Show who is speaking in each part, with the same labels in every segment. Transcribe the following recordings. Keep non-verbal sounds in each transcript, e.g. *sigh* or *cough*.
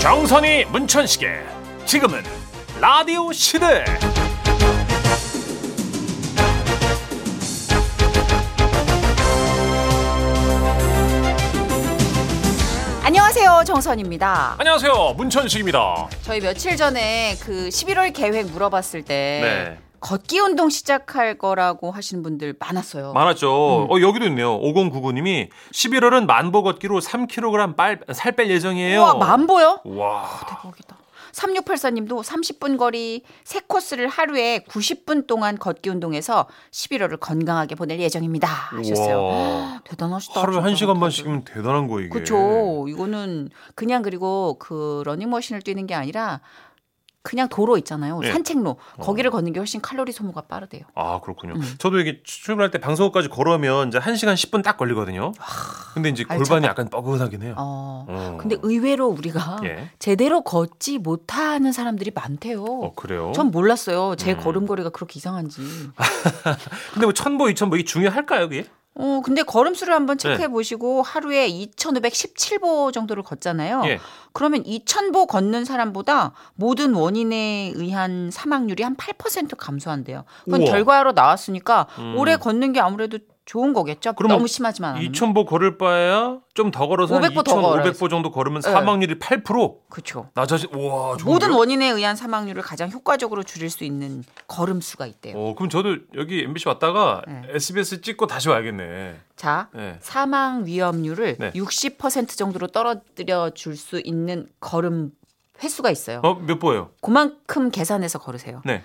Speaker 1: 정선이 문천식의 지금은 라디오 시대
Speaker 2: 안녕하세요
Speaker 1: 아.
Speaker 2: 정선입니다.
Speaker 1: 안녕하세요 문천식입니다
Speaker 2: 저희 며칠 전에 그 11월 계획 물어봤을 때
Speaker 1: 네.
Speaker 2: 걷기 운동 시작할 거라고 하시는 분들 많았어요.
Speaker 1: 많았죠
Speaker 2: 음.
Speaker 1: 어, 여기도 있네요 5099님이 11월은 만보 걷기로 3kg 빨, 살 뺄 예정이에요
Speaker 2: 우와 만보요?
Speaker 1: 와
Speaker 2: 대박이다. 3684님도 30분 거리 세 코스를 하루에 90분 동안 걷기 운동해서 11월을 건강하게 보낼 예정입니다.
Speaker 1: 우와.
Speaker 2: *gasps* 하셨어요. 아, 대단하시다.
Speaker 1: 하루에
Speaker 2: 진짜.
Speaker 1: 1시간만씩이면 대단한 거 이게
Speaker 2: 그쵸. 이거는 그냥 그리고 그 러닝머신을 뛰는 게 아니라 그냥 도로 있잖아요.
Speaker 1: 예.
Speaker 2: 산책로. 거기를 걷는 게 훨씬 칼로리 소모가 빠르대요.
Speaker 1: 아 그렇군요 저도 이게 출근할 때 방송국까지 걸으면 이제 1시간 10분 딱 걸리거든요 근데 이제 골반이 약간 뻐근하긴 해요
Speaker 2: 어.
Speaker 1: 어.
Speaker 2: 근데 의외로 우리가
Speaker 1: 예.
Speaker 2: 제대로 걷지 못하는 사람들이 많대요.
Speaker 1: 어, 그래요
Speaker 2: 전 몰랐어요. 제
Speaker 1: 음.
Speaker 2: 걸음걸이가 그렇게 이상한지.
Speaker 1: 근데 뭐 천보 이천보 이게 중요할까요 그게
Speaker 2: 어, 근데 걸음수를 한번
Speaker 1: 네.
Speaker 2: 체크해 보시고 하루에 2,517보 정도를 걷잖아요.
Speaker 1: 예.
Speaker 2: 그러면 2,000보 걷는 사람보다 모든 원인에 의한 사망률이 한 8% 감소한대요. 그건
Speaker 1: 우와.
Speaker 2: 결과로 나왔으니까
Speaker 1: 음.
Speaker 2: 오래 걷는 게 아무래도 좋은 거겠죠.
Speaker 1: 그러면
Speaker 2: 너무 심하지만 않으면.
Speaker 1: 2,000보 걸을 바야 좀 더 걸어서
Speaker 2: 500보 더
Speaker 1: 2,500보 정도 걸으면
Speaker 2: 네.
Speaker 1: 사망률이 8%.
Speaker 2: 그렇죠.
Speaker 1: 나 자신 와 좋은데요?
Speaker 2: 모든 원인에 의한 사망률을 가장 효과적으로 줄일 수 있는 걸음수가 있대요.
Speaker 1: 어 그럼 저도 여기 MBC 왔다가
Speaker 2: 네.
Speaker 1: SBS 찍고 다시 와야겠네.
Speaker 2: 자,
Speaker 1: 네.
Speaker 2: 사망 위험률을
Speaker 1: 네.
Speaker 2: 60% 정도로 떨어뜨려 줄 수 있는 걸음 횟수가 있어요.
Speaker 1: 어몇 보예요?
Speaker 2: 그만큼 계산해서 걸으세요.
Speaker 1: 네.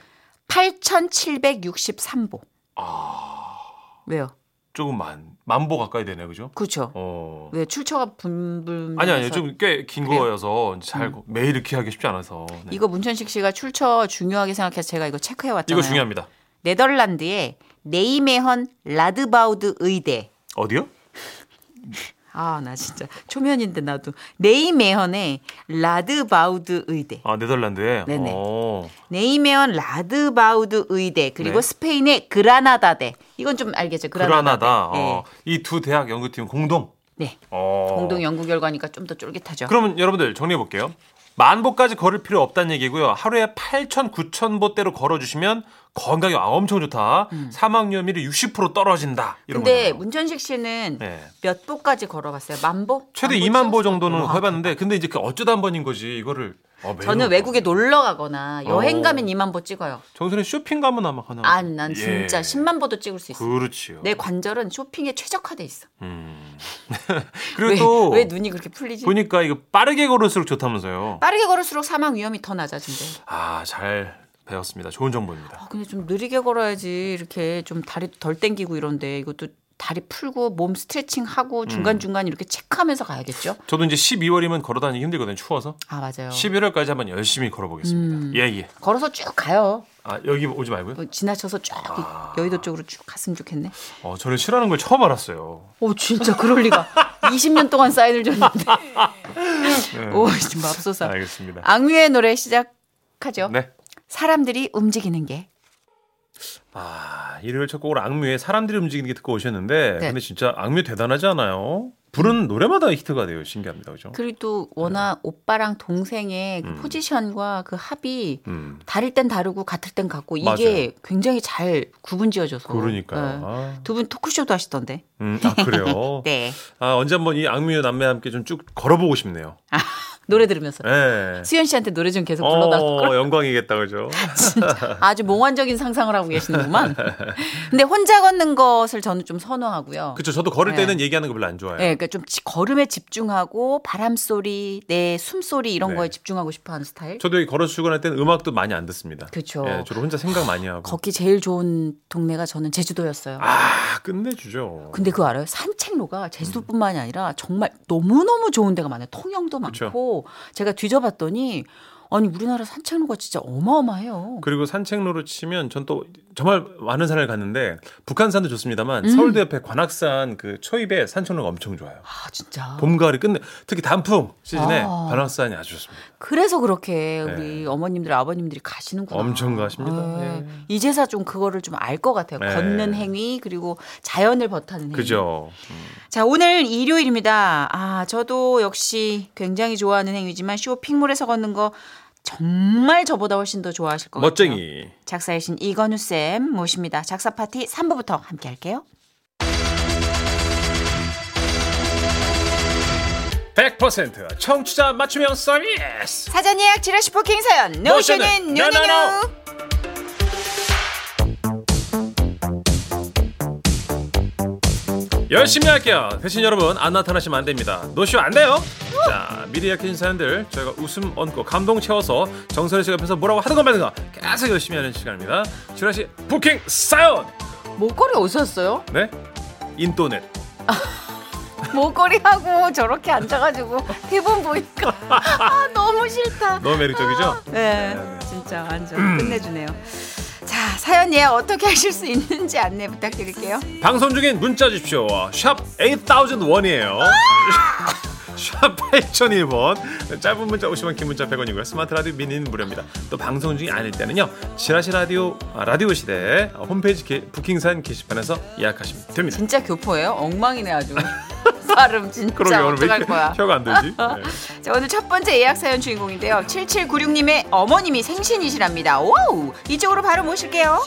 Speaker 2: 8,763보.
Speaker 1: 아.
Speaker 2: 왜요?
Speaker 1: 조금 만 만보 가까이 되네 그죠?
Speaker 2: 그렇죠.
Speaker 1: 어.
Speaker 2: 왜 출처가 분분
Speaker 1: 아니 아니 좀 꽤 긴
Speaker 2: 음, 그래요? 음.
Speaker 1: 거여서 잘 매일 이렇게 하기 쉽지 않아서. 네.
Speaker 2: 이거 문천식 씨가 출처 중요하게 생각해서 제가 이거 체크해 왔잖아요.
Speaker 1: 이거 중요합니다.
Speaker 2: 네덜란드의 네이메헌 라드바우드 의대.
Speaker 1: 어디요?
Speaker 2: 아, 나 진짜 초면인데 나도 네이메헌의 라드바우드 의대.
Speaker 1: 아 네덜란드에.
Speaker 2: 네네.
Speaker 1: 어.
Speaker 2: 네이메헌 라드바우드 의대 그리고
Speaker 1: 네.
Speaker 2: 스페인의 그라나다대. 이건 좀 알겠죠? 그라나다대.
Speaker 1: 그라나다.
Speaker 2: 네.
Speaker 1: 어. 이 두 대학 연구팀 공동.
Speaker 2: 네.
Speaker 1: 어.
Speaker 2: 공동 연구 결과니까 좀 더 쫄깃하죠.
Speaker 1: 그러면 여러분들 정리해 볼게요. 만보까지 걸을 필요 없다는 얘기고요. 하루에 8천, 9천 보대로 걸어주시면 건강이 아, 엄청 좋다. 사망 위험률이 60% 떨어진다. 이런
Speaker 2: 음. 근데
Speaker 1: 거잖아요.
Speaker 2: 문천식 씨는
Speaker 1: 네.
Speaker 2: 몇 보까지 걸어봤어요? 만 보?
Speaker 1: 최대
Speaker 2: 만
Speaker 1: 2만 보
Speaker 2: 찍었어요?
Speaker 1: 정도는
Speaker 2: 와,
Speaker 1: 해봤는데 근데 이제 그 어쩌다 한 번인 거지 이거를. 어, 매우
Speaker 2: 저는 외국에 놀러 가거나 여행
Speaker 1: 어.
Speaker 2: 가면 2만 보 찍어요.
Speaker 1: 정선이 쇼핑 가면 아마 하나.
Speaker 2: 아, 난
Speaker 1: 예.
Speaker 2: 진짜 네. 10만 보도 찍을 수 있어.
Speaker 1: 그렇지요.
Speaker 2: 내 관절은 쇼핑에 최적화돼 있어.
Speaker 1: 음. 그리고
Speaker 2: 왜,
Speaker 1: 또
Speaker 2: 왜 눈이 그렇게 풀리지?
Speaker 1: 보니까 이거 빠르게 걸을수록 좋다면서요.
Speaker 2: 빠르게 걸을수록 사망 위험이 더 낮아진대.
Speaker 1: 아, 잘 배웠습니다. 좋은 정보입니다.
Speaker 2: 아, 근데 좀 느리게 걸어야지 이렇게 좀 다리 덜 땡기고 이런데 이것도 다리 풀고 몸 스트레칭
Speaker 1: 음.
Speaker 2: 하고 중간 중간 이렇게 체크하면서 가야겠죠?
Speaker 1: 저도 이제 12월이면 걸어다니기 힘들거든요. 추워서.
Speaker 2: 아 맞아요.
Speaker 1: 11월까지 한번 열심히
Speaker 2: 음.
Speaker 1: 걸어보겠습니다. 예예.
Speaker 2: 걸어서 쭉 가요.
Speaker 1: 아 여기 오지 말고요.
Speaker 2: 뭐 지나쳐서 쭉
Speaker 1: 아.
Speaker 2: 여의도 쪽으로 쭉 갔으면 좋겠네.
Speaker 1: 어 저를 싫어하는 걸 처음 알았어요.
Speaker 2: 오 진짜 그럴 *laughs* 리가. 20년 동안 사인을 줬는데.
Speaker 1: 음.
Speaker 2: 오 지금 맙소사.
Speaker 1: 네. 알겠습니다.
Speaker 2: 악뮤의 노래 시작하죠.
Speaker 1: 아, 네.
Speaker 2: 사람들이 움직이는 게.
Speaker 1: 아 일요일 첫 곡으로 악뮤의 사람들이 움직이는 게 듣고 오셨는데
Speaker 2: 네. 음.
Speaker 1: 근데 진짜 악뮤 대단하지 않아요? 부른 노래마다 히트가 돼요. 신기합니다. 그죠?
Speaker 2: 그리고 또 워낙 오빠랑 동생의 그
Speaker 1: 어. 네. 음.
Speaker 2: 포지션과 그 합이
Speaker 1: 음.
Speaker 2: 다를 땐 다르고 같을 땐 같고 이게 굉장히 잘 구분 지어져서.
Speaker 1: 그러니까요.
Speaker 2: 네.
Speaker 1: 아,
Speaker 2: 두분 토크쇼도 하시던데.
Speaker 1: 음, 아 그래요.
Speaker 2: *laughs* 네.
Speaker 1: 아 언제 한번 이 악뮤 남매와 함께 좀 쭉 걸어보고 싶네요.
Speaker 2: 노래 들으면서.
Speaker 1: 예. 네.
Speaker 2: 수현 씨한테 노래 좀 계속 아, 불러달라고.
Speaker 1: 어 영광이겠다 그죠?
Speaker 2: *laughs* 진짜 아주 몽환적인 상상을 하고 계시는구만. 근데 혼자 걷는 것을 저는 좀 선호하고요.
Speaker 1: 그쵸 저도 걸을
Speaker 2: 네.
Speaker 1: 때는 얘기하는 거 별로 안 좋아해요.
Speaker 2: 예, 그러니까 좀 지- 걸음에 집중하고 바람 소리, 내 숨소리 이런
Speaker 1: 네.
Speaker 2: 거에 집중하고 싶어하는 스타일.
Speaker 1: 저도 여기 걸어 출근할 때는 음악도 많이 안 듣습니다.
Speaker 2: 그쵸.
Speaker 1: 예, 주로 혼자 생각 많이 하고.
Speaker 2: 걷기 제일 좋은 동네가 저는 제주도였어요.
Speaker 1: 아 끝내주죠.
Speaker 2: 근데 그거 알아요? 산책로가 제주도뿐만이 아니라 정말 너무너무 좋은 데가 많아요. 통영도
Speaker 1: 음. 그쵸.
Speaker 2: 많고 제가 뒤져봤더니 아니 우리나라 산책로가 진짜 어마어마해요.
Speaker 1: 그리고 산책로로 치면 전 또 정말 많은 산을 갔는데 북한산도
Speaker 2: 음.
Speaker 1: 좋습니다만 서울대 옆에 관악산 그 초입에 산책로가 엄청 좋아요.
Speaker 2: 아 진짜.
Speaker 1: 봄 가을이 끝내 특히 단풍 시즌에
Speaker 2: 아. 음.
Speaker 1: 관악산이 아주 좋습니다.
Speaker 2: 그래서 그렇게
Speaker 1: 네.
Speaker 2: 우리 어머님들 아버님들이 가시는구나.
Speaker 1: 엄청 가십니다.
Speaker 2: 예.
Speaker 1: 예.
Speaker 2: 이제서 좀 그거를 좀 알 것 같아요.
Speaker 1: 네.
Speaker 2: 걷는 행위 그리고 자연을 버타는 행위.
Speaker 1: 그죠?
Speaker 2: 자, 오늘 일요일입니다. 아, 저도 역시 굉장히 좋아하는 행위지만 쇼핑몰에서 걷는 거 정말 저보다 훨씬 더 좋아하실 것 같아요.
Speaker 1: 멋쟁이.
Speaker 2: 작사이신 이건우 쌤 모십니다. 작사 파티 3부부터 함께 할게요.
Speaker 1: 100% 청취자 맞춤형 서비스.
Speaker 2: 사전 예약 지라시 포킹 사연
Speaker 1: 노션은
Speaker 2: 노션은 뉴뉴뉴.
Speaker 1: 나나노. 열심히 할게요. 대신 여러분 안 나타나시면 안 됩니다. 노쇼 안 돼요. 자 미리 약해진 사연들 저희가 웃음 얹고 감동 채워서 정선희 씨 옆에서 뭐라고 하든가 말든가 계속 열심히 하는 시간입니다. 주라 씨 부킹 사연.
Speaker 2: 목걸이 오셨어요?
Speaker 1: 네? 인도넷.
Speaker 2: 목걸이 하고 저렇게 앉아가지고
Speaker 1: *laughs*
Speaker 2: 대본 보니까 아 너무 싫다.
Speaker 1: 너무 음. 매력적이죠?
Speaker 2: 네, 진짜 완전 끝내주네요. 자, 사연 예약 어떻게 하실 수 있는지 안내 부탁드릴게요.
Speaker 1: 방송 중인 문자 주십시오. 샵 8001번이에요. *laughs* 샵 8001번. 짧은 문자 50원, 긴 문자 100원이고요. 스마트 라디오 미니는 무료입니다. 또 방송 중이 아닐 때는요. 지라시 라디오 아, 라디오 시대 홈페이지 게- 부킹산 게시판에서 예약하시면 됩니다.
Speaker 2: 진짜 교포예요?
Speaker 1: *laughs*
Speaker 2: 엉망이네 아주. 발음 진짜
Speaker 1: 그러게 오늘 왜
Speaker 2: 어떡할
Speaker 1: 이렇게 *laughs*
Speaker 2: 거야.
Speaker 1: 혀가 안
Speaker 2: *laughs*
Speaker 1: 되지? 네.
Speaker 2: 자, 오늘 첫 번째 예약 사연 주인공인데요. 7796님의 어머님이 생신이시랍니다. 와우! 이쪽으로 바로 모실게요.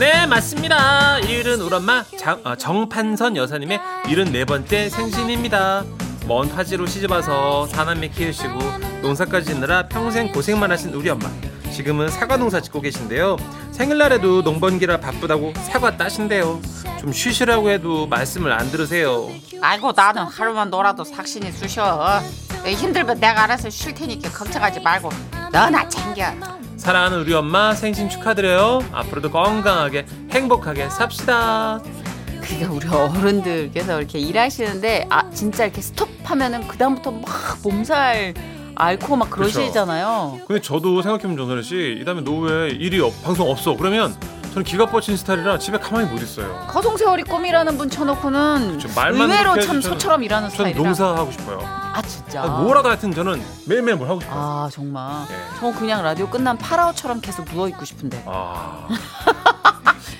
Speaker 1: 네 맞습니다 이른 우엄마 어, 정판선 여사님의 74번째 생신입니다 먼 화지로 시집와서 사남매 키우시고 농사까지 짓느라 평생 고생만 하신 우리 엄마 지금은 사과 농사 짓고 계신데요 생일날에도 농번기라 바쁘다고 사과 따신대요 좀 쉬시라고 해도 말씀을 안 들으세요
Speaker 2: 아이고, 나는 하루만 놀아도 삭신이 쑤셔. 힘들면 내가 알아서 쉴 테니까 걱정하지 말고 너나 챙겨.
Speaker 1: 사랑하는 우리 엄마 생신 축하드려요 앞으로도 건강하게 행복하게 삽시다
Speaker 2: 그러니까 우리 어른들께서 이렇게 일하시는데 아 진짜 이렇게 스톱하면은 그다음부터 막 몸살 앓고 막
Speaker 1: 그렇죠.
Speaker 2: 그러시잖아요.
Speaker 1: 근데 저도 생각해보면 정선혜 씨, 이 다음에 노후에 일이 없, 방송 없어. 그러면 저는 기가 뻗친 스타일이라 집에 가만히 못 있어요.
Speaker 2: 거동세월이 꿈이라는 분 쳐놓고는
Speaker 1: 그쵸, 그렇죠. 말만
Speaker 2: 의외로
Speaker 1: 그렇게
Speaker 2: 참
Speaker 1: 해도 저는-
Speaker 2: 소처럼 일하는
Speaker 1: 저는
Speaker 2: 스타일이라.
Speaker 1: 농사하고 싶어요.
Speaker 2: 아 진짜.
Speaker 1: 아, 뭐라도 하여튼 저는 매일매일 뭘 하고 싶어요.
Speaker 2: 아, 정말.
Speaker 1: 예.
Speaker 2: 저 그냥 라디오 끝난 파라오처럼 계속 누워 있고 싶은데. *laughs*
Speaker 1: 아.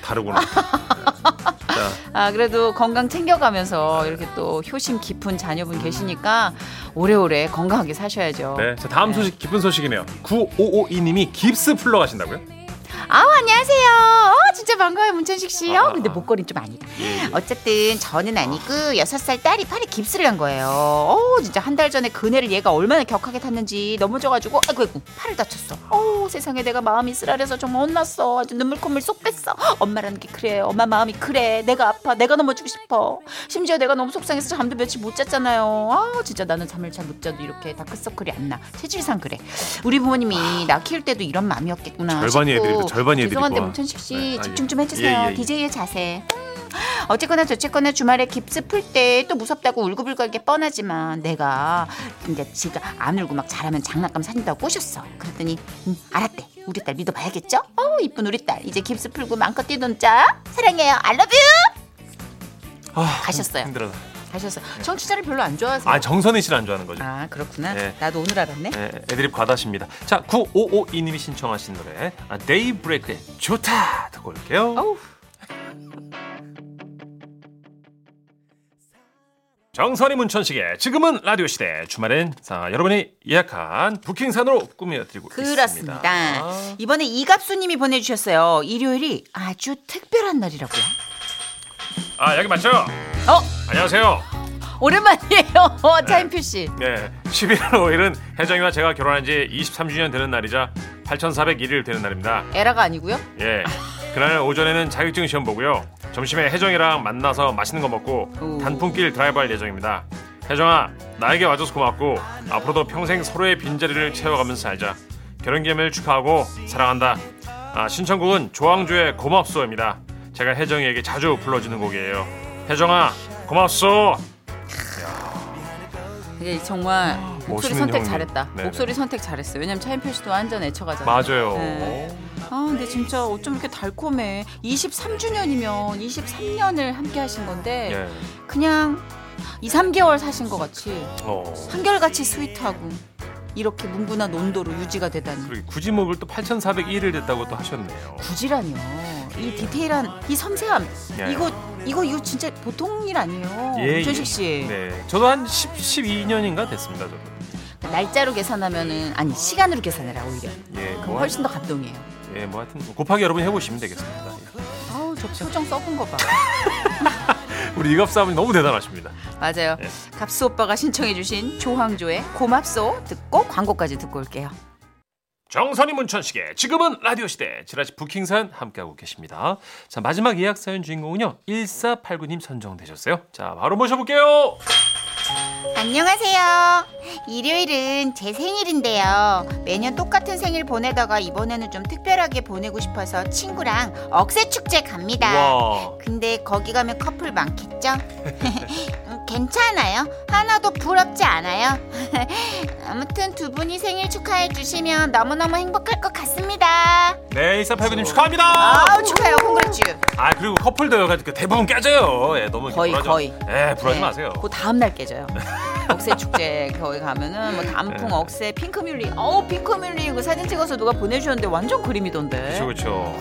Speaker 1: 다르구나. 자,
Speaker 2: 아 그래도 건강 챙겨가면서 이렇게 또 효심 깊은 자녀분 계시니까 오래오래 건강하게 사셔야죠.
Speaker 1: 음. 네. 자, 다음 소식, 기쁜 소식이네요. 9552님이 깁스 풀러 가신다고요?
Speaker 2: 아우 안녕하세요. 어 진짜 반가워요 문천식 씨.
Speaker 1: 아,
Speaker 2: 어
Speaker 1: 아,
Speaker 2: 근데
Speaker 1: 아.
Speaker 2: 목걸이 좀 아니다.
Speaker 1: 예, 예.
Speaker 2: 어쨌든 저는 아니고 여섯 살 딸이 팔에 깁스를 한 거예요. 어우 진짜 한 달 전에 그네를 얘가 얼마나 격하게 탔는지 넘어져가지고 아이고 아이고 팔을 다쳤어. 어우 세상에 내가 마음이 쓰라려서 정말 혼났어. 아주 눈물 콧물 쏙 뺐어. 엄마라는 게 그래. 엄마 마음이 그래. 내가 아파. 내가 넘어지고 싶어. 심지어 내가 너무 속상해서 잠도 며칠 못 잤잖아요. 아 진짜 나는 잠을 잘 못 자도 이렇게 다크서클이 안 나. 체질상 그래. 우리 부모님이 나 키울 때도 이런 마음이었겠구나.
Speaker 1: 절반이
Speaker 2: 싶고.
Speaker 1: 애들이고 절반이 애들이고.
Speaker 2: 아, 죄송한데 문천식 씨
Speaker 1: 네, 아,
Speaker 2: 집중
Speaker 1: 예.
Speaker 2: 좀 해주세요.
Speaker 1: 예, 예, 예.
Speaker 2: DJ의 자세. 어쨌거나 저쨌거나 주말에 깁스 풀 때 또 무섭다고 울고불고할 게 뻔하지만 내가 근데 지가 안 울고 막 잘하면 장난감 사준다고 꼬셨어. 그랬더니 음, 알았대. 우리 딸 믿어봐야겠죠? 어 이쁜 우리 딸 이제 깁스 풀고 마음껏 뛰놀자. 사랑해요. 알러뷰.
Speaker 1: 아,
Speaker 2: 가셨어요. 네.
Speaker 1: 힘들어서.
Speaker 2: 하셨어. 청취자를 별로 안 좋아하세요.
Speaker 1: 아,
Speaker 2: 아,
Speaker 1: 정선희 씨를 안 좋아하는 거죠.
Speaker 2: 그렇구나.
Speaker 1: 네.
Speaker 2: 나도 오늘 알았네.
Speaker 1: 네, 애드립 과다십니다. 자, 9552님이 신청하신 노래 아, 데이브레이크의 좋다 듣고 올게요.
Speaker 2: 어우.
Speaker 1: 정선이 문천식의 지금은 라디오 시대 주말엔 자, 여러분이 예약한 부킹산으로 꾸며드리고 있습니다. 아.
Speaker 2: 그렇습니다. 이번에 이갑수님이 보내주셨어요. 일요일이 아주 특별한 날이라고요.
Speaker 1: 아 여기 맞죠?
Speaker 2: 어
Speaker 1: 안녕하세요.
Speaker 2: 오랜만이에요. *laughs* 어, 차인표 씨.
Speaker 1: 네, 11월 5일은 혜정이와 제가 결혼한 지 23주년 되는 날이자 8,401일 되는 날입니다.
Speaker 2: 에라가 아니고요.
Speaker 1: 예. 그날 오전에는 자격증 시험 보고요. 점심에 혜정이랑 만나서 맛있는 거 먹고
Speaker 2: 오.
Speaker 1: 단풍길 드라이브 할 예정입니다. 혜정아, 나에게 와줘서 고맙고 앞으로도 평생 서로의 빈자리를 채워가면서 살자. 결혼 기념일 축하하고 사랑한다. 아, 신청곡은 조항조의 고맙소입니다. 제가 혜정이에게 자주 불러주는 곡이에요. 혜정아, 고맙소.
Speaker 2: 이게 정말 목소리
Speaker 1: 아, 멋있는
Speaker 2: 선택
Speaker 1: 형님.
Speaker 2: 잘했다.
Speaker 1: 네네.
Speaker 2: 목소리 선택 잘했어. 왜냐면 차인표 씨도 완전 애처가잖아.
Speaker 1: 맞아요.
Speaker 2: 네. 아, 근데 진짜 어쩜 이렇게 달콤해. 23주년이면 23년을 함께 하신 건데
Speaker 1: 예.
Speaker 2: 그냥 2, 3개월 사신 것 같이
Speaker 1: 어.
Speaker 2: 한결같이 스윗하고 이렇게 문구나 논도로 유지가 되다니.
Speaker 1: 그리고 굳이 목을 또 8,401일 됐다고 또 하셨네요.
Speaker 2: 구질아니요. 이 디테일한 이 섬세함.
Speaker 1: 예.
Speaker 2: 이거 이거 이거 진짜 보통 일 아니에요.
Speaker 1: 예,
Speaker 2: 조식
Speaker 1: 예.
Speaker 2: 씨.
Speaker 1: 네. 저도 한 10, 12년인가 됐습니다. 저도.
Speaker 2: 날짜로 계산하면은 아니 시간으로 계산해라 오히려.
Speaker 1: 예.
Speaker 2: 그럼
Speaker 1: 뭐
Speaker 2: 아, 훨씬 더 감동이에요.
Speaker 1: 하- 예, 뭐 하여튼 곱하기 여러분 해 보시면 되겠습니다.
Speaker 2: 아우 저 표정 썩은 거 봐.
Speaker 1: 예. 우리 이갑 사모님 너무 대단하십니다.
Speaker 2: 맞아요.
Speaker 1: 예.
Speaker 2: 갑수 오빠가 신청해주신 조항조의 고맙소 듣고 광고까지 듣고 올게요.
Speaker 1: 정선이 문천식의 지금은 라디오 시대 지라시 부킹산 함께하고 계십니다. 자 마지막 예약 사연 주인공은요 1489님 선정되셨어요. 자 바로 모셔볼게요.
Speaker 2: 안녕하세요. 일요일은 제 생일인데요. 매년 똑같은 생일 보내다가 이번에는 좀 특별하게 보내고 싶어서 친구랑 억새 축제 갑니다.
Speaker 1: 와
Speaker 2: 근데 거기 가면 커플 많겠죠? *laughs* 음, 괜찮아요. 하나도 부럽지 않아요. *laughs* 아무튼 두 분이 생일 축하해 주시면 너무너무 행복할 것 같습니다.
Speaker 1: 네, 1489님 축하합니다.
Speaker 2: 아우 축하해요. 콩그레쥬.
Speaker 1: 아, 그리고 커플도 여가지고 대부분 깨져요. 예, 너무
Speaker 2: 거의,
Speaker 1: 불하지
Speaker 2: 거의.
Speaker 1: 예, 불하지 마세요.
Speaker 2: 그 다음 날 깨져요. 억새 축제 거기 가면은 뭐 단풍
Speaker 1: 네.
Speaker 2: 억새 핑크뮬리 어우 핑크뮬리 그 사진 찍어서 누가 보내주셨는데 완전
Speaker 1: 그렇죠,
Speaker 2: 그림이던데
Speaker 1: 그렇죠.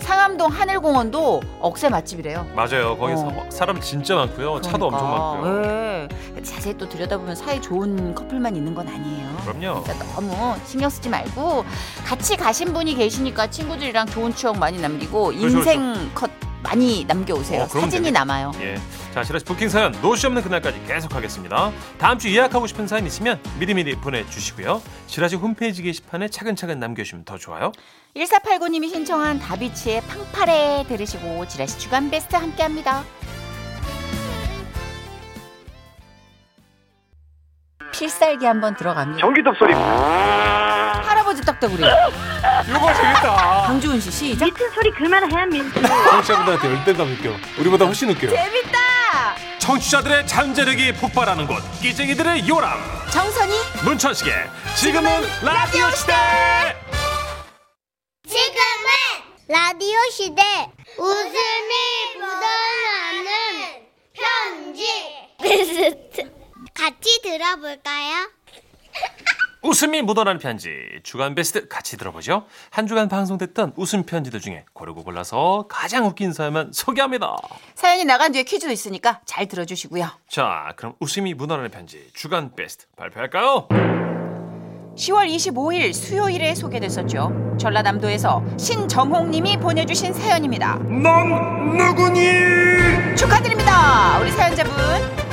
Speaker 2: 상암동 하늘공원도 억새 맛집이래요
Speaker 1: 맞아요. 거기서
Speaker 2: 어.
Speaker 1: 사람 진짜 많고요. 차도
Speaker 2: 그러니까.
Speaker 1: 엄청 많고요.
Speaker 2: 예. 자세히 또 들여다보면 사이 좋은 커플만 있는 건 아니에요
Speaker 1: 그럼요.
Speaker 2: 진짜 그러니까 너무 신경 쓰지 말고 같이 가신 분이 계시니까 친구들이랑 좋은 추억 많이 남기고
Speaker 1: 그렇죠, 그렇죠.
Speaker 2: 인생 컷 많이 남겨오세요
Speaker 1: 어, 그럼
Speaker 2: 사진이
Speaker 1: 되겠다.
Speaker 2: 남아요
Speaker 1: 예. 자, 지라시 부킹 사연 노시 없는 그날까지 계속하겠습니다. 다음 주 예약하고 싶은 사연 있으면 미리미리 보내주시고요. 지라시 홈페이지 게시판에 차근차근 남겨주시면 더 좋아요.
Speaker 2: 1489님이 신청한 다비치의 팡파레 들으시고 지라시 주간 베스트 함께합니다. 필살기 한번 들어갑니다.
Speaker 1: 전기톱 소리.
Speaker 2: 할아버지 딱따구리
Speaker 1: 이거 재밌다.
Speaker 2: 강주훈 씨 시작.
Speaker 3: 미친 소리 그만해 민수
Speaker 1: 청취자분들한테 열대감 느껴. 우리보다 훨씬 느껴요.
Speaker 2: 예, 재밌다.
Speaker 1: 청취자들의 잠재력이 폭발하는 곳. 끼쟁이들의 요람.
Speaker 2: 정선이
Speaker 1: 문천식의 지금은 라디오 시대.
Speaker 4: 지금은 라디오 시대 웃음이 묻어나는 편지 베스트 같이 들어볼까요?
Speaker 1: 웃음이 묻어나는 편지 주간 베스트 같이 들어보죠. 한 주간 방송됐던 웃음 편지들 중에 고르고 골라서 가장 웃긴 사연만 소개합니다.
Speaker 2: 사연이 나간 뒤에 퀴즈도 있으니까 잘 들어주시고요.
Speaker 1: 자, 그럼 웃음이 묻어나는 편지 주간 베스트 발표할까요?
Speaker 2: 10월 25일 수요일에 소개됐었죠. 전라남도에서 신정홍님이 보내주신 사연입니다.
Speaker 1: 넌 누구니?
Speaker 2: 축하드립니다. 우리 사연자분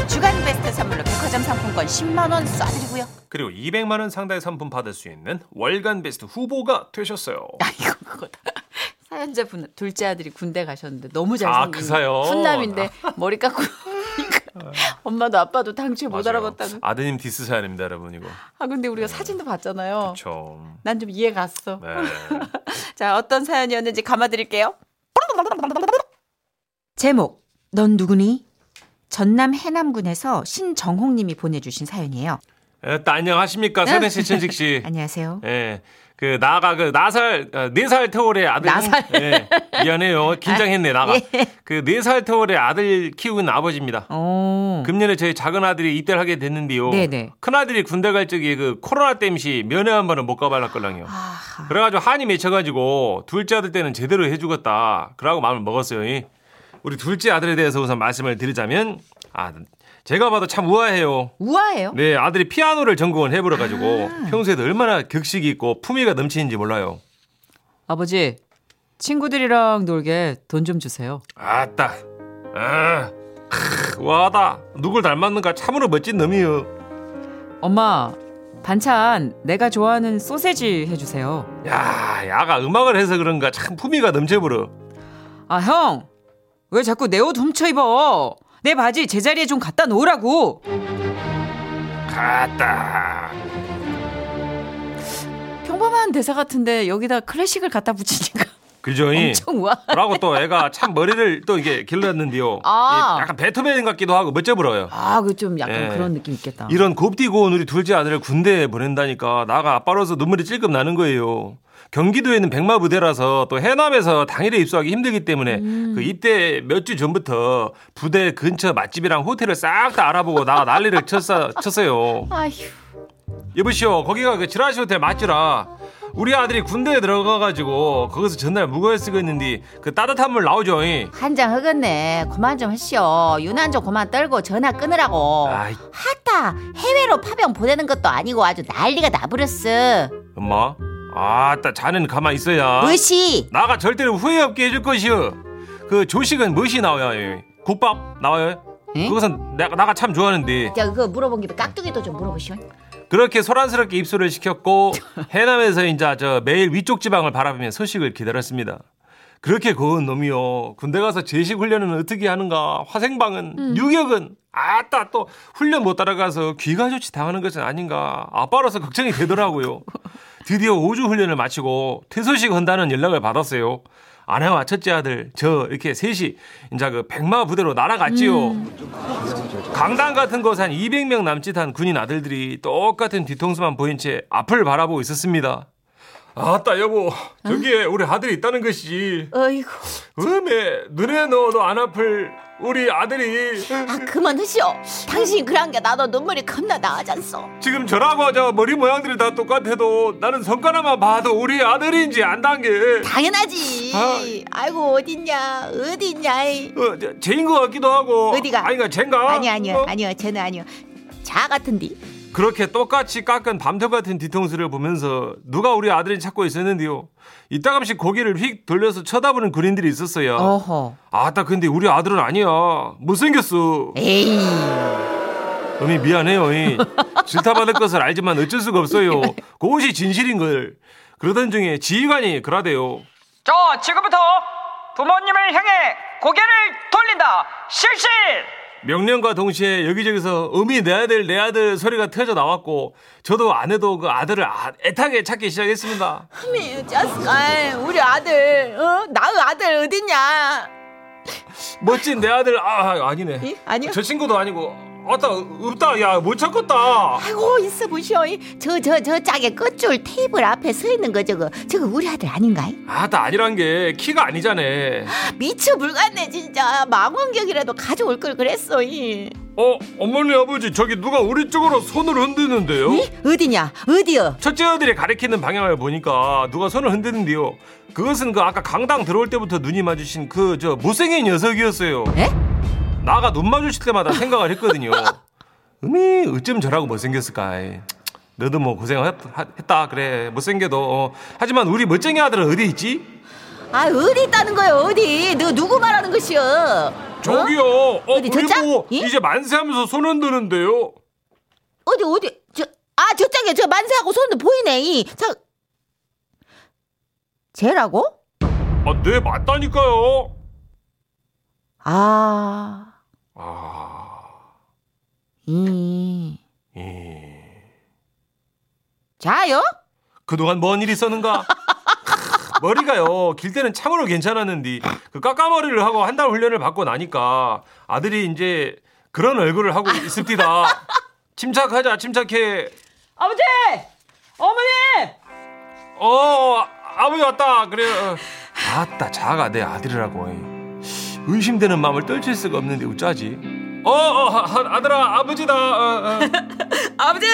Speaker 2: 주간 베스트 선물로 백화점 상품권 10만 원 쏴드리고요.
Speaker 1: 그리고 200만 원 상당의 상품 받을 수 있는 월간 베스트 후보가 되셨어요.
Speaker 2: 아 이거 그거다. *laughs* 사연자분 둘째 아들이 군대 가셨는데 너무
Speaker 1: 아,
Speaker 2: 잘생긴
Speaker 1: 그 사연. 아.
Speaker 2: 훈남인데 머리 깎고 오니까 엄마도 아빠도 당초에 못
Speaker 1: 맞아요. 네.
Speaker 2: 알아봤다는.
Speaker 1: 아드님 디스 사연입니다, 여러분 이거.
Speaker 2: 아 근데 우리가 사진도 봤잖아요.
Speaker 1: 저
Speaker 2: 난 좀 이해 갔어.
Speaker 1: 네.
Speaker 2: 자 어떤 사연이었는지 감아드릴게요. 제목 넌 누구니? 전남 해남군에서 신정홍님이 보내주신 사연이에요.
Speaker 1: 에, 또 예, 안녕하십니까,
Speaker 2: 네.
Speaker 1: 세대 씨, 천식
Speaker 2: *laughs*
Speaker 1: 씨.
Speaker 2: 안녕하세요.
Speaker 1: 예. 그 나가 그 나살 어, 네살 태월의 아들
Speaker 2: 나살.
Speaker 1: 예. 미안해요 긴장했네 나가
Speaker 2: *laughs* 예.
Speaker 1: 그 네 살 태월의 아들 키우는 아버지입니다.
Speaker 2: 오.
Speaker 1: 금년에 저희 작은 아들이 입대를 하게 됐는데요.
Speaker 2: 어. 네네.
Speaker 1: 큰 아들이 군대 갈 적에 그 코로나 땜시 면회 한 번은 못 가발랐걸랑요.
Speaker 2: 아,
Speaker 1: 그래가지고 한이 맺혀가지고 둘째 아들 때는 제대로 해주겠다. 그러고 마음을 먹었어요. 이. 우리 둘째 아들에 대해서 우선 말씀을 드리자면 아 제가 봐도 참 우아해요.
Speaker 2: 우아해요.
Speaker 1: 네, 아들이 피아노를 전공을 해버려가지고
Speaker 2: 아.
Speaker 1: 평소에도 얼마나 격식이 있고 품위가 넘치는지 몰라요.
Speaker 5: 아버지, 친구들이랑 놀게 돈 좀 주세요.
Speaker 1: 아따, 아, 크, 와다. 누굴 닮았는가 참으로 멋진 놈이요.
Speaker 5: 엄마, 반찬 내가 좋아하는 소세지 해주세요.
Speaker 1: 야, 야가 음악을 해서 그런가 참 품위가 넘쳐버려.
Speaker 5: 아, 형! 왜 자꾸 내 옷 훔쳐 입어? 내 바지 제자리에 좀 갖다 놓으라고!
Speaker 1: 갔다.
Speaker 5: 평범한 대사 같은데 여기다 클래식을 갖다 붙이니까. *laughs*
Speaker 1: 그죠이.
Speaker 2: 엄청 우아.
Speaker 1: 라고 또 애가 참 머리를 또 이게 길렀는데요.
Speaker 6: 아.
Speaker 1: 이 약간 배트맨 같기도 하고 멋져 불어요.
Speaker 2: 아, 그 좀 약간
Speaker 1: 예.
Speaker 2: 그런 느낌
Speaker 6: 아.
Speaker 2: 있겠다.
Speaker 1: 이런 곱디고온 우리 둘째 아들을 군대에 보낸다니까 나가 아빠로서 눈물이 찔끔 나는 거예요. 경기도에 있는 백마 부대라서 또 해남에서 당일에 입소하기 힘들기 때문에
Speaker 6: 음.
Speaker 1: 그 입대 몇 주 전부터 부대 근처 맛집이랑 호텔을 싹 다 알아보고 나 난리를 쳤어, 쳤어요.
Speaker 6: 아휴.
Speaker 1: 여보시오 거기가 그 지라시 호텔 맞지라 우리 아들이 군대에 들어가가지고 거기서 전날 무거워 쓰고 있는데 그 따뜻한 물 나오죠. 이.
Speaker 6: 한장 흑었네. 그만 좀 하시오. 유난 좀 그만 떨고 전화 끊으라고.
Speaker 1: 아이
Speaker 6: 하다 해외로 파병 보내는 것도 아니고 아주 난리가 나버렸어.
Speaker 1: 엄마 아따 자네는 가만 있어야.
Speaker 6: 무시.
Speaker 1: 나가 절대로 후회 없게 해줄 것이요. 그 조식은 무엇이 나와요? 국밥 나와요?
Speaker 6: 응?
Speaker 1: 그것은 내가, 나가 참 좋아하는데
Speaker 6: 야 그거 물어본 김에 깍두기도 좀 물어보시오.
Speaker 1: 그렇게 소란스럽게 입소를 시켰고 해남에서 이제 저 매일 위쪽 지방을 바라보며 소식을 기다렸습니다. 그렇게 고운 놈이요. 군대 가서 제식 훈련은 어떻게 하는가? 화생방은 유격은 아따 또 훈련 못 따라가서 귀가 조치 당하는 것은 아닌가? 아빠로서 걱정이 되더라고요. 드디어 5주 훈련을 마치고 퇴소식 한다는 연락을 받았어요. 아내와 첫째 아들 저 이렇게 셋이 이제 그 백마 부대로 날아갔지요. 강당 같은 곳 한 200명 남짓한 군인 아들들이 똑같은 뒤통수만 보인 채 앞을 바라보고 있었습니다. 아따 여보 저기에 우리 아들이 있다는 것이지
Speaker 6: 어이구.
Speaker 1: 음에 눈에 넣어도 안 아플 우리 아들이
Speaker 6: 아 그만 하시오. 당신이 그런 게 나도 눈물이 겁나 나아졌어.
Speaker 1: 지금 저라고 저 머리 모양들이 다 똑같아도 나는 손가락만 봐도 우리 아들인지 안다는 게
Speaker 6: 당연하지.
Speaker 1: 아.
Speaker 2: 어.
Speaker 6: 아이고 어딨냐 어딨냐.
Speaker 1: 어, 저- 쟤인 것 같기도 하고
Speaker 6: 어디가?
Speaker 1: 아니가 쟤인가?
Speaker 6: 아니요 아니요
Speaker 1: 어?
Speaker 6: 아니요 쟤는 아니요. 자 같은디.
Speaker 1: 그렇게 똑같이 깎은 밤새 같은 뒤통수를 보면서 누가 우리 아들이 찾고 있었는데요. 이따금씩 고개를 휙 돌려서 쳐다보는 군인들이 있었어요.
Speaker 2: 어허.
Speaker 1: 아따 근데 우리 아들은 아니야. 못생겼어.
Speaker 6: 에이.
Speaker 1: 어미 미안해요. 이. 질타받을 것을 알지만 어쩔 수가
Speaker 6: *laughs*
Speaker 1: 없어요. 그것이 진실인 걸. 그러던 중에 지휘관이 그러대요.
Speaker 7: 저 지금부터 부모님을 향해 고개를 돌린다. 실시!
Speaker 1: 명령과 동시에 여기저기서 음이 내 아들 내 아들 소리가 터져 나왔고 저도 아내도 그 아들을 아- 애타게 찾기 시작했습니다.
Speaker 2: 아이, 우리 아들, 어? 나의 아들 어딨냐?
Speaker 1: 멋진 내 아들 아 아니네.
Speaker 2: 이? 아니요.
Speaker 1: 저 친구도 아니고 아따 없다 야 못 찾겠다.
Speaker 6: 아이고 있어 보시오. 저 저 저 짝의 끝줄 테이블 앞에 서 있는 거 저거 저거 우리 아들 아닌가?
Speaker 1: 아따 아니란 게 키가 아니잖아.
Speaker 6: 미처 불갔네 진짜 망원경이라도 가져올 걸 그랬어. 이.
Speaker 1: 어 어머니 아버지 저기 누가 우리 쪽으로 손을 흔드는데요.
Speaker 6: 어디냐 어디요?
Speaker 1: 첫째 아들이 가리키는 방향을 보니까 누가 손을 흔드는데요. 그것은 그 아까 강당 들어올 때부터 눈이 마주친 그 저 못생긴 녀석이었어요.
Speaker 6: 에?
Speaker 1: 나가 눈 마주칠 때마다 생각을 했거든요. *laughs* 음이 어쩜 저라고 못생겼을까. 에이, 너도 뭐 고생했다 그래 못생겨도 어. 하지만 우리 멋쟁이 아들은 어디 있지?
Speaker 6: 아 어디 있다는 거요 어디? 너 누구 말하는 것이여?
Speaker 1: 저기요. 어,
Speaker 6: 어디, 저
Speaker 1: 그리고
Speaker 6: 짝? 예?
Speaker 1: 이제 만세하면서 손 흔드는데요.
Speaker 6: 어디 어디 저아 저짝에 저 만세하고 손도 보이네 이자 쟤라고?
Speaker 1: 아, 네 맞다니까요.
Speaker 6: 아
Speaker 1: 아,
Speaker 6: 이.
Speaker 1: 예.
Speaker 6: 자요?
Speaker 1: 그동안 뭔 일이 있었는가? 크, 머리가요 길 때는 참으로 괜찮았는데 그 까까머리를 하고 한 달 훈련을 받고 나니까 아들이 이제 그런 얼굴을 하고 있습니다. 침착하자 침착해.
Speaker 2: 아버지!
Speaker 5: 예!
Speaker 2: 어머니!
Speaker 1: 어 아버지 왔다 그래. 요 어. 아따 자가 내 아들이라고. 의심되는 마음을 떨칠 수가 없는데 어쩌지? 어, 어 아, 아들아 아버지다. 어, 어.
Speaker 2: *laughs* 아버지!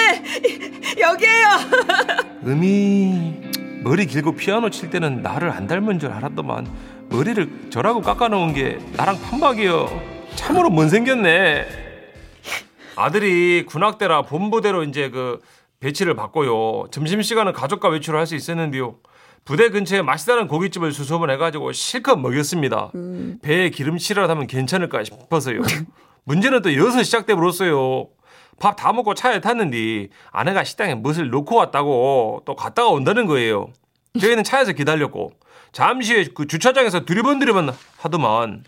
Speaker 2: 여기에요! *laughs*
Speaker 1: 음이 머리 길고 피아노 칠 때는 나를 안 닮은 줄 알았더만 머리를 저라고 깎아놓은 게 나랑 판박이요 참으로 못생겼네 아들이 군악대라 본부대로 이제 그 배치를 받고요 점심시간은 가족과 외출을 할 수 있었는데요 부대 근처에 맛있다는 고깃집을 수소문해가지고 실컷 먹였습니다 배에 기름칠이라도 하면 괜찮을까 싶어서요 *laughs* 문제는 또 여기서 시작돼버렸어요 밥 다 먹고 차에 탔는데 아내가 식당에 무엇을 놓고 왔다고 또 갔다가 온다는 거예요. 저희는 차에서 기다렸고 잠시 후에 그 주차장에서 두리번두리번 하더만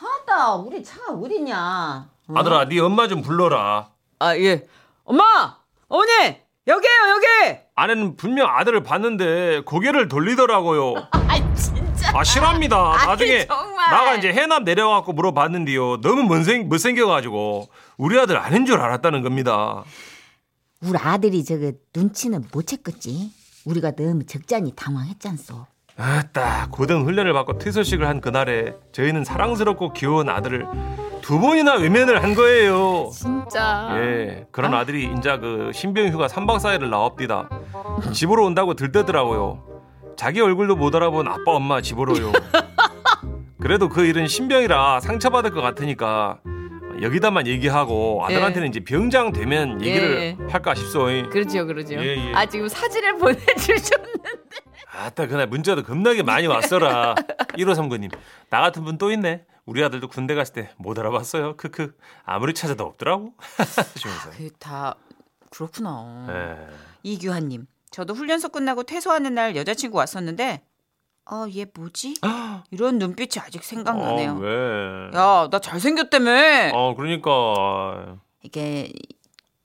Speaker 6: 아따 우리 차가 어디냐?
Speaker 1: 아들아 네 엄마 좀 불러라.
Speaker 2: 아, 예. 엄마! 어머니! 여기에요, 여기!
Speaker 1: 아내는 분명 아들을 봤는데 고개를 돌리더라고요.
Speaker 6: 아 진짜.
Speaker 1: 아 싫어합니다.
Speaker 5: 아니,
Speaker 1: 나중에
Speaker 5: 정말.
Speaker 1: 나가 이제 해남 내려와갖고 물어봤는데요. 너무 못생 못생겨가지고 우리 아들 아닌 줄 알았다는 겁니다.
Speaker 6: 우리 아들이 저거 눈치는 못 챘겠지. 우리가 너무 적잖이 당황했잖소.
Speaker 1: 아따 고등 훈련을 받고 퇴소식을 한 그날에 저희는 사랑스럽고 귀여운 아들을 두 번이나 외면을 한 거예요.
Speaker 2: 진짜.
Speaker 1: 예, 그런 아들이 인자 그 신병휴가 3박 4일을 나옵디다. 집으로 온다고 들떠더라고요. 자기 얼굴도 못 알아본 아빠 엄마
Speaker 2: *laughs*
Speaker 1: 집으로요. 그래도 그 일은 신병이라 상처받을 것 같으니까 여기다만 얘기하고 아들한테는
Speaker 2: 예.
Speaker 1: 이제 병장 되면 얘기를 할까 싶소.
Speaker 5: 그렇죠, 그렇죠.
Speaker 1: 예, 예.
Speaker 5: 아 지금 사진을 *laughs* 보내주셨는데
Speaker 1: 아따 그날 문자도 겁나게 많이
Speaker 5: *laughs*
Speaker 1: 왔어라. 1539님 나 같은 분 또 있네. 우리 아들도 군대 갔을 때 못 알아봤어요. 크크 아무리 찾아도 없더라고. *laughs* 하시면서.
Speaker 5: 그다 그렇구나.
Speaker 1: 예.
Speaker 5: 이규환님, 저도 훈련소 끝나고 퇴소하는 날 여자친구 왔었는데, 아 얘
Speaker 1: *gasps*
Speaker 5: 뭐지? 이런 눈빛이 아직
Speaker 1: 아,
Speaker 5: 생각나네요.
Speaker 1: 왜?
Speaker 5: 야, 나 잘생겼다며.
Speaker 1: 어, 그러니까.
Speaker 5: 이게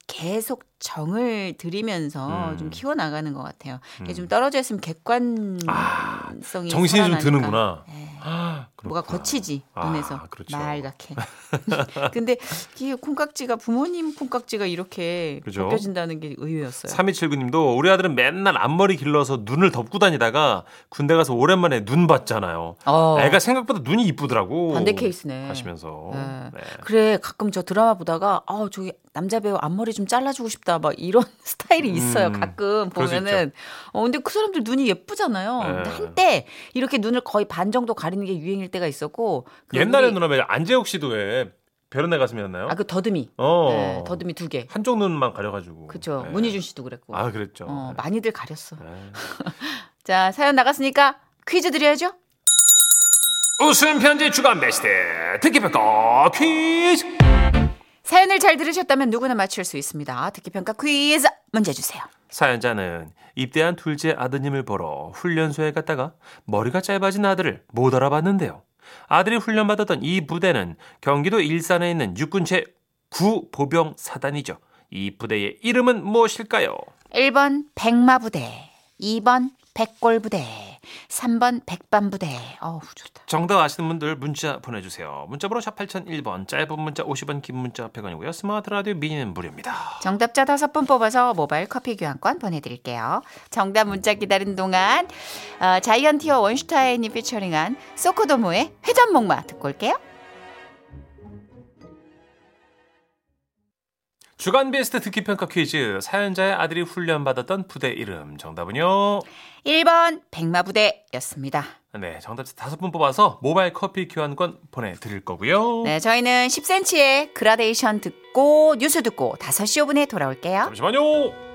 Speaker 5: 계속 정을 들이면서
Speaker 1: 음.
Speaker 5: 좀 키워나가는 것 같아요. 이게 좀 떨어져 있으면 객관성이
Speaker 1: 아, 정신이 좀
Speaker 5: 살아나니까.
Speaker 1: 드는구나.
Speaker 5: 예.
Speaker 1: 아,
Speaker 5: 뭐가
Speaker 1: 그렇구나.
Speaker 5: 거치지
Speaker 1: 아,
Speaker 5: 눈에서
Speaker 1: 그렇죠. *laughs*
Speaker 5: 말갛게. *laughs* 근데 이 콩깍지가 부모님 콩깍지가 이렇게
Speaker 1: 그죠?
Speaker 5: 벗겨진다는 게 의외였어요.
Speaker 1: 3279님도 우리 아들은 맨날 앞머리 길러서 눈을 덮고 다니다가 군대 가서 오랜만에 눈 봤잖아요.
Speaker 5: 어.
Speaker 1: 애가 생각보다 눈이 이쁘더라고.
Speaker 5: 반대 케이스네.
Speaker 1: 하시면서.
Speaker 5: 예.
Speaker 1: 네.
Speaker 5: 그래 가끔 저 드라마 보다가 아 저기 남자 배우 앞머리 좀 잘라주고 싶다 막 이런 *laughs* 스타일이 있어요
Speaker 1: 음,
Speaker 5: 가끔
Speaker 1: 그럴 수
Speaker 5: 보면은 어 근데 그 사람들 눈이 예쁘잖아요
Speaker 1: 네.
Speaker 5: 근데 한때 이렇게 눈을 거의 반 정도 가리는 게 유행일 때가 있었고 그
Speaker 1: 옛날에
Speaker 5: 우리-
Speaker 1: 누나 왜 안재욱 씨도 왜 별은의 가슴이었나요?
Speaker 5: 아그 더듬이
Speaker 1: 어.
Speaker 5: 네, 더듬이 두개
Speaker 1: 한쪽 눈만 가려가지고.
Speaker 5: 그쵸
Speaker 1: 네.
Speaker 5: 문희준 씨도 그랬고
Speaker 1: 아, 그랬죠.
Speaker 5: 어 많이들 가렸어
Speaker 1: 네.
Speaker 5: *laughs* 자 사연 나갔으니까 퀴즈 드려야죠
Speaker 1: 웃음 편지 주간 베스트 특기 평가 퀴즈.
Speaker 5: 사연을 잘 들으셨다면 누구나 맞출 수 있습니다 듣기 평가 퀴즈 문제 주세요
Speaker 1: 사연자는 입대한 둘째 아드님을 보러 훈련소에 갔다가 머리가 짧아진 아들을 못 알아봤는데요. 아들이 훈련받았던 이 부대는 경기도 일산에 있는 육군 제9 보병 사단이죠. 이 부대의 이름은 무엇일까요?
Speaker 2: 1번 백마부대, 2번 백골부대, 3번 백반부대. 어우, 좋다.
Speaker 1: 정답 아시는 분들 문자 보내주세요. 문자번호 샵 8001번, 짧은 문자 50원, 긴 문자 100원이고요. 스마트 라디오 미니는 무료입니다.
Speaker 2: 정답자 다섯 분 뽑아서 모바일 커피 교환권 보내드릴게요. 정답 문자 기다리는 동안 어, 자이언티어 원슈타인이 피처링한 소코도모의 회전목마 듣고 올게요.
Speaker 1: 주간 베스트 듣기 평가 퀴즈. 사연자의 아들이 훈련받았던 부대 이름. 정답은요?
Speaker 2: 1번 백마부대였습니다.
Speaker 1: 네, 정답자 다섯 분 뽑아서 모바일 커피 교환권 보내드릴 거고요.
Speaker 2: 네, 저희는 10cm의 그라데이션 듣고 뉴스 듣고 5시 5분에 돌아올게요.
Speaker 1: 잠시만요.